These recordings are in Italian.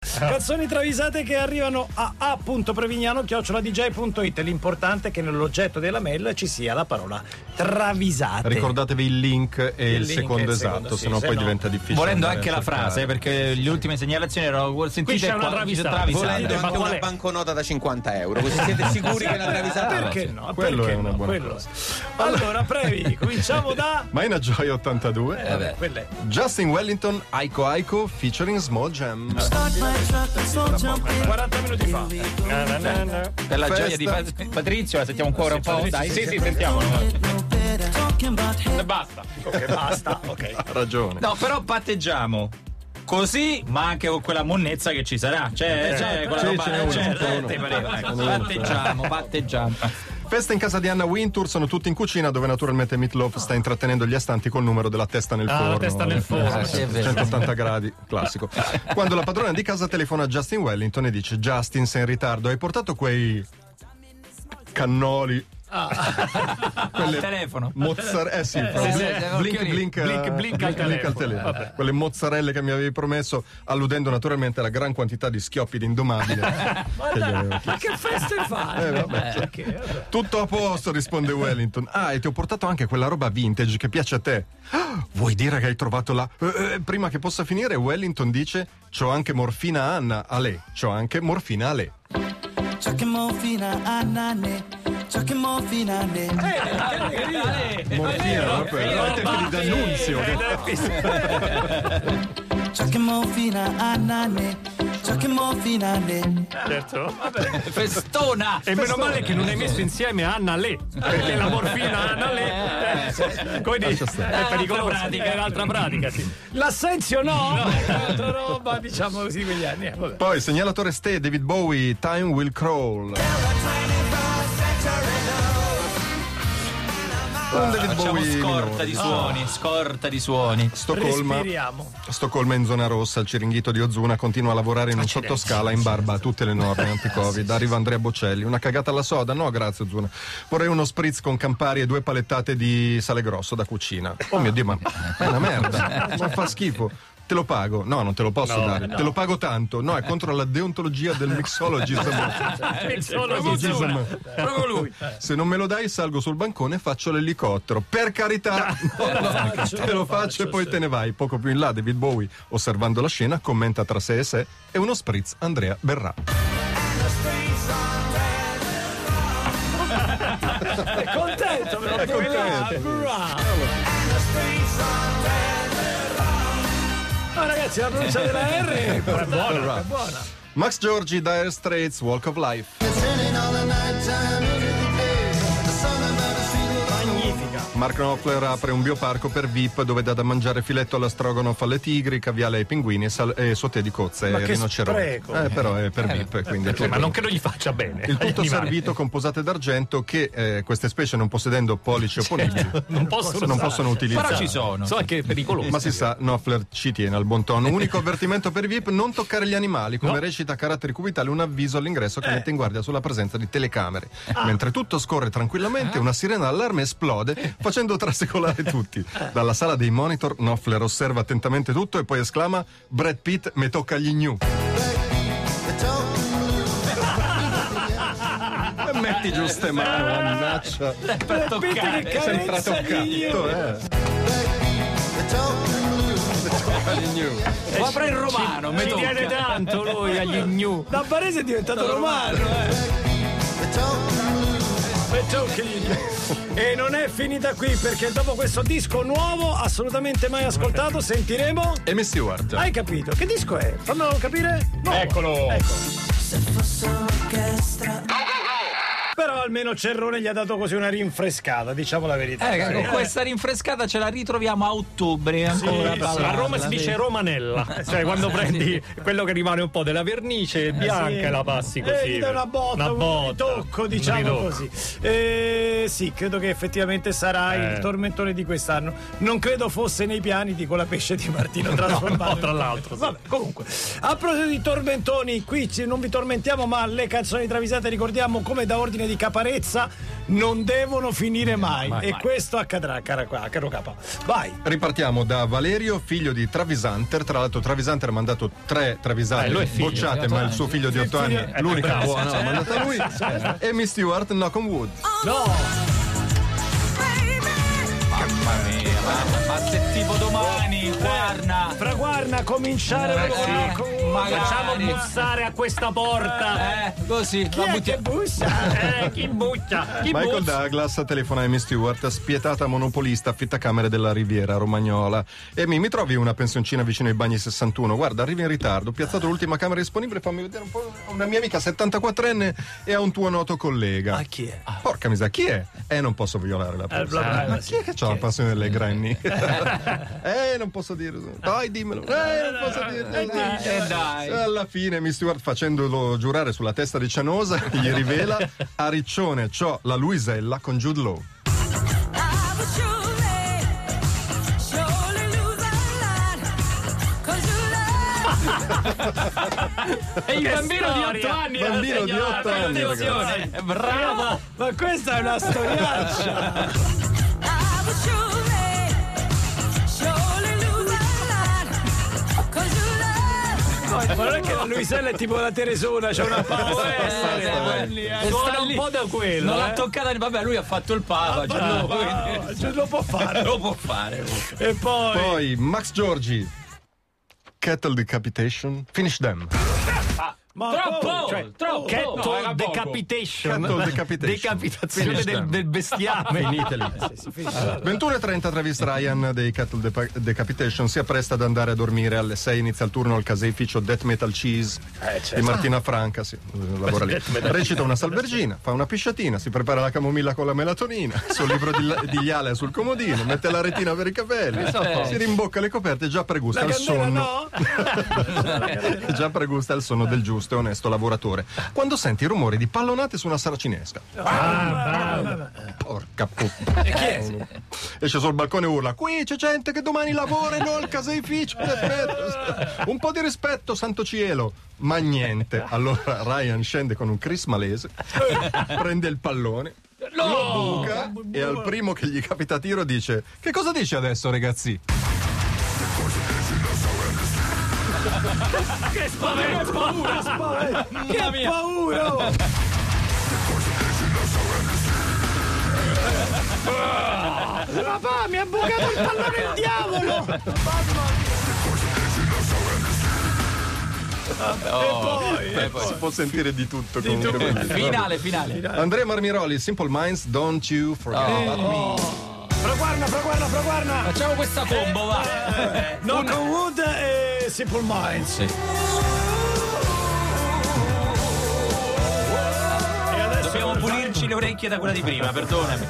Canzoni travisate che arrivano a a.prevignano.dj.it. L'importante è che nell'oggetto della mail ci sia la parola travisate. Ricordatevi il link e il, link e il secondo secondo, esatto, sì, sennò se poi no- diventa difficile. Volendo andare anche a la cercare. frase, perché le ultime segnalazioni erano sentite c'è una qua- travisata. travisata. Volendo- Volendo ma anche qual è? una banconota da 50 euro, così siete sicuri che la travisata Eh, Perché no? Quello Perché è una no? buona Quello. Allora, Previ, cominciamo da... Ma è una gioia 82. Vabbè, quella è- Justin Wellington, Aiko Aiko, featuring Small Jam. 40 minuti fa. Na, na, na, na. Per la gioia di Festa. Pat- Patrizio, la sentiamo ancora un po'? Oh, Dai, sì, sì, sentiamo. Basta. Ok, basta. Ok. Ha ragione. No, però patteggiamo. Così, ma anche con quella monnezza che ci sarà. C'è, c'è, quella Sì, roba. ce n'è uno, c'è, ce n'è eh, uno. ti pareva, ecco. Ce n'è uno. Patteggiamo, patteggiamo. Festa in casa di Anna Wintour, sono tutti in cucina dove naturalmente Meatloaf sta intrattenendo gli astanti col numero della testa nel Ah, la forno. testa nel forno. Eh, sì, 180 gradi, classico. Quando la padrona di casa telefona a Justin Wellington e dice Justin sei in ritardo, hai portato quei cannoli Ah. Al telefono. mozzarella, eh sì, proprio. sì, sì, sì, blink, occhioni. blink, eh, Blink, blink al telefono. Vabbè. Quelle mozzarelle che mi avevi promesso, alludendo naturalmente alla gran quantità di schioppi di indomabile. che gli avevo Ma che feste fai? Eh, vabbè. Perché? Vabbè. Tutto a posto, risponde Wellington. Ah, e ti ho portato anche quella roba vintage che piace a te. Ah, Vuoi dire che hai trovato la. Eh, eh, prima che possa finire, Wellington dice: C'ho anche morfina a Anna, a lei. C'ho anche morfina a lei. Chucking morphina, anane. Chucking morphina, anane. Morfina, proprio. eh, Ai tempi di D'Annunzio. Chucking morphina, anane. Chucking morphina, anane. Certo. Vabbè. Festona! E meno male che non hai messo insieme Anna Le, perché la morfina Anna Le eh, come dici, è pericolosa. pratica. È un'altra pratica, sì. L'assenzio no, è un'altra roba, diciamo così, quegli anni. eh, vabbè. Poi, segnalatore Ste, David Bowie, Time Will Crawl. Un Ah. Eh, David Facciamo Bowie scorta minore, di suoni, scorta di suoni. Stoccolma. Respiriamo. Stoccolma in zona rossa, il ciringhito di Ozuna continua a lavorare in un sottoscala in barba a tutte le norme anti-Covid. Arriva Andrea Bocelli, una cagata alla soda? No, grazie Ozuna. Vorrei uno spritz con Campari e due palettate di sale grosso da cucina. Oh mio Dio, ma è una merda, ma fa schifo. Te lo pago? No, non te lo posso dare. Te lo pago tanto. No, è contro la deontologia del mixologist. Eh, solo Proprio Gesù. Gesù. Proprio lui. Eh. Se non me lo dai, salgo sul bancone e faccio l'elicottero. Per carità, no, no, te lo faccio e poi te ne vai. Poco più in là, David Bowie, osservando la scena, commenta tra sé e sé e uno spritz Andrea Berrà. È contento, però È contento. bravo. Ma Ah, ragazzi, la pronuncia della R è buona, è buona. Max Giorgi, Dire Straits, Walk of Life. Magnifica. Mark Knopfler apre un bioparco per VIP dove dà da mangiare filetto alla stroganoff alle tigri, caviale ai pinguini e, sal- e sauté di cozze Ma e che rinoceronti. spreco. Eh, però è per VIP, quindi è tutto. Ma non credo gli faccia bene. Il tutto agli animali. servito con posate d'argento che eh, queste specie, non possedendo pollice o poligli, Non possono, Eh, non usare. possono utilizzare. Però ci sono. So che è pericoloso. Ma si sa, Knopfler ci tiene al buon tono. Unico avvertimento per i VIP: non toccare gli animali. Come recita a caratteri cubitali un avviso all'ingresso che mette in guardia sulla presenza di telecamere. Mentre tutto scorre tranquillamente, una sirena allarme esplode, facendo trasecolare tutti. Dalla sala dei monitor, Knopfler osserva attentamente tutto e poi esclama: Brad Pitt, me tocca gli gnu. E metti giù ste mani, mannaggia. per toccare. Sempre toccato, eh. Guarda il romano, mi Ci tocca. viene tanto lui agli gnu. Da barese è diventato romano, eh. E non è finita qui perché dopo questo disco nuovo, assolutamente mai ascoltato, sentiremo. E Miss Stewart. Hai capito? Che disco è? Fammelo capire. Nuovo. Eccolo. Ecco. Però almeno Cerrone gli ha dato così una rinfrescata, diciamo la verità. Eh, con questa rinfrescata ce la ritroviamo a ottobre ancora. Sì, sì. A Roma si dice romanella, cioè quando prendi quello che rimane un po' della vernice bianca Eh, Sì. e la passi Eh, così. gli dai una botta, Una un botta. ritocco, Un diciamo ritocco. così. Eh, sì, credo che effettivamente sarà Eh. il tormentone di quest'anno. Non credo fosse nei piani di quella pesce di Martino trasformato. no, tra l'altro, sì. Vabbè, comunque, a proposito di tormentoni, qui ci- non vi tormentiamo, ma le canzoni travisate ricordiamo come da ordine di di caparezza non devono finire mai. mai, e mai. questo accadrà, cara, caro capa. Vai. Ripartiamo da Valerio, figlio di Travisanter. Tra l'altro, Travisanter ha mandato tre Travisanter Eh, lui è figlio, bocciate, di otto ma il suo anni. figlio di 8 anni, figlio- eh, l'unica bravo, buona, l'ha mandata lui. E Miss Stewart, Knock on Wood. No, Mamma mia, ma, ma se tipo domani, guarda. fra guarda, cominciare Eh, con sì. una- con una- Magari. Facciamo bussare a questa porta. Eh, così, Chi è la che buttiamo. bussa? Eh, chi buccia? Ah, Chi Michael bussa? Douglas telefona a Amy Stewart, spietata monopolista affittacamere della Riviera Romagnola. Amy, mi trovi una pensioncina vicino ai bagni 61? Guarda, arrivi in ritardo, ho piazzato l'ultima camera disponibile, fammi vedere un po'. Una mia amica 74enne e a un tuo noto collega. Ma chi è? Ah. Porca miseria, chi è? Eh, non posso violare la privacy. bla bla, Ma sì, chi è che ha la passione delle granny? eh, non posso dirlo. Dai, dimmelo. Eh, non posso dirlo. Eh, dai. Alla fine, Miss Stewart, facendolo giurare sulla testa di Cianosa, gli rivela a Riccione, ciò la Luisella con Jude Law. E il bambino di 8 anni. Bambino di 8 anni, ragazzi. Attenzione, bravo. Ma questa è una storiaccia. Ma non è che la Luisella è tipo la Teresona, c'è una Esatto, eh. Può pausa. essere, sta può lì. essere. Suona Sta un eh. lì. po' da quello. Non l'ha eh. toccata, vabbè, lui ha fatto il papa. cioè, No, lui- no, cioè, lo può fare. Lo può fare. E poi. Poi Max Giorgi, Kettle Decapitation, Finish Them. Ma Troppo! poi, cioè, troppo! Cattle No, era poco. decapitation. Cattle decapitation. Decapitazione Finish del, them. del bestiame. Finiteli. Esatto. 21.30 Travis Ryan dei Cattle Depa- Decapitation si appresta ad andare a dormire. Alle 6 inizia il turno al caseificio Death Metal Cheese Eh, certo. di Martina Franca. Sì, eh, lavora lì. Recita una salvergina, fa una pisciatina, si prepara la camomilla con la melatonina, sul libro di, di Iale sul comodino, mette la retina per i capelli, si rimbocca le coperte e già pregusta Esatto. La il candela sonno. no? E già pregusta il sonno del giusto e onesto lavoratore. Quando senti i rumori di pallonate su una saracinesca. Porca puttana. Esce sul balcone e urla: Qui c'è gente che domani lavora e non il caseificio. Perfetto. Un po' di rispetto, santo cielo. Ma niente. Allora Ryan scende con un Chris malese, prende il pallone. Lo buca e al primo che gli capita a tiro dice: Che cosa dici adesso, ragazzi? Che paura! oh! Papà, mi ha bucato il pallone il diavolo! Eh, Si può sentire di tutto comunque. Finale, finale. Andrea Marmiroli, Simple Minds, Don't You Forget About Me. Fraguarna, fraguarna, fraguarna! Facciamo questa combo, va. No, con Wood e Simple Minds. Sì. E adesso Dobbiamo pulirci le orecchie da quella di prima, perdonami.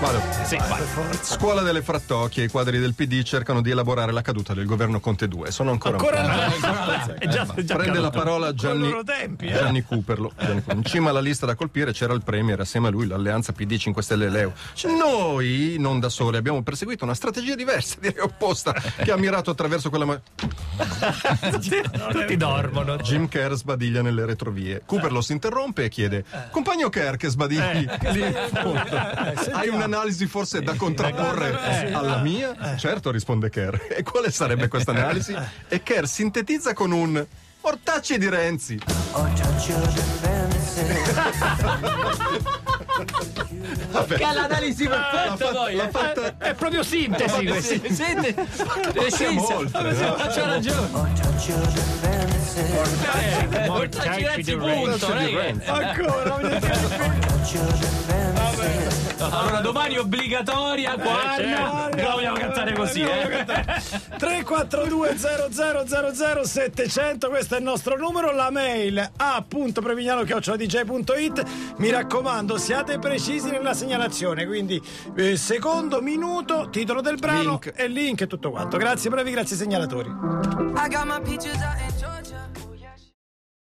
Vado. Sì, vai. Scuola delle frattocchie, i quadri del PD cercano di elaborare la caduta del governo Conte 2. Sono ancora, ancora un po'. là. È già, è già Prende la parola Con i Gianni, loro tempi, eh. Gianni Cooperlo. Gianni Cooperlo. In cima alla lista da colpire c'era il Premier, assieme a lui l'alleanza PD 5 Stelle e Leo. Certo. Noi, non da soli, abbiamo perseguito una strategia diversa, direi opposta, che ha mirato attraverso quella. ma- calato. Tutti dormono. Jim Kerr sbadiglia nelle retrovie. Cooper lo si interrompe e chiede: Eh. Compagno Kerr, che sbadigli lì in fondo. Hai un'analisi forse da Eh, contrapporre alla mia? Certo, risponde Kerr. E quale sarebbe questa analisi? Eh. E Kerr sintetizza con un. Ortacci di Renzi. Vabbè, Che è l'analisi perfetta poi. l'ha Eh. fatta È proprio sintesi questa. Senti, senti, siamo oltre, no? c'ha ragione. Eh, Portaci di di punto, non è che- Ancora, Allora, domani obbligatoria, guarda. Eh, certo. Però Cioè, vogliamo cantare così, eh. 342-0000700, questo è il nostro numero, la mail a.prevignano.dj.it. Mi raccomando, siate precisi nella segnalazione, quindi eh, secondo, minuto, titolo del brano Link. e link e tutto quanto. Grazie bravi, grazie segnalatori. I got my peaches out in Oh,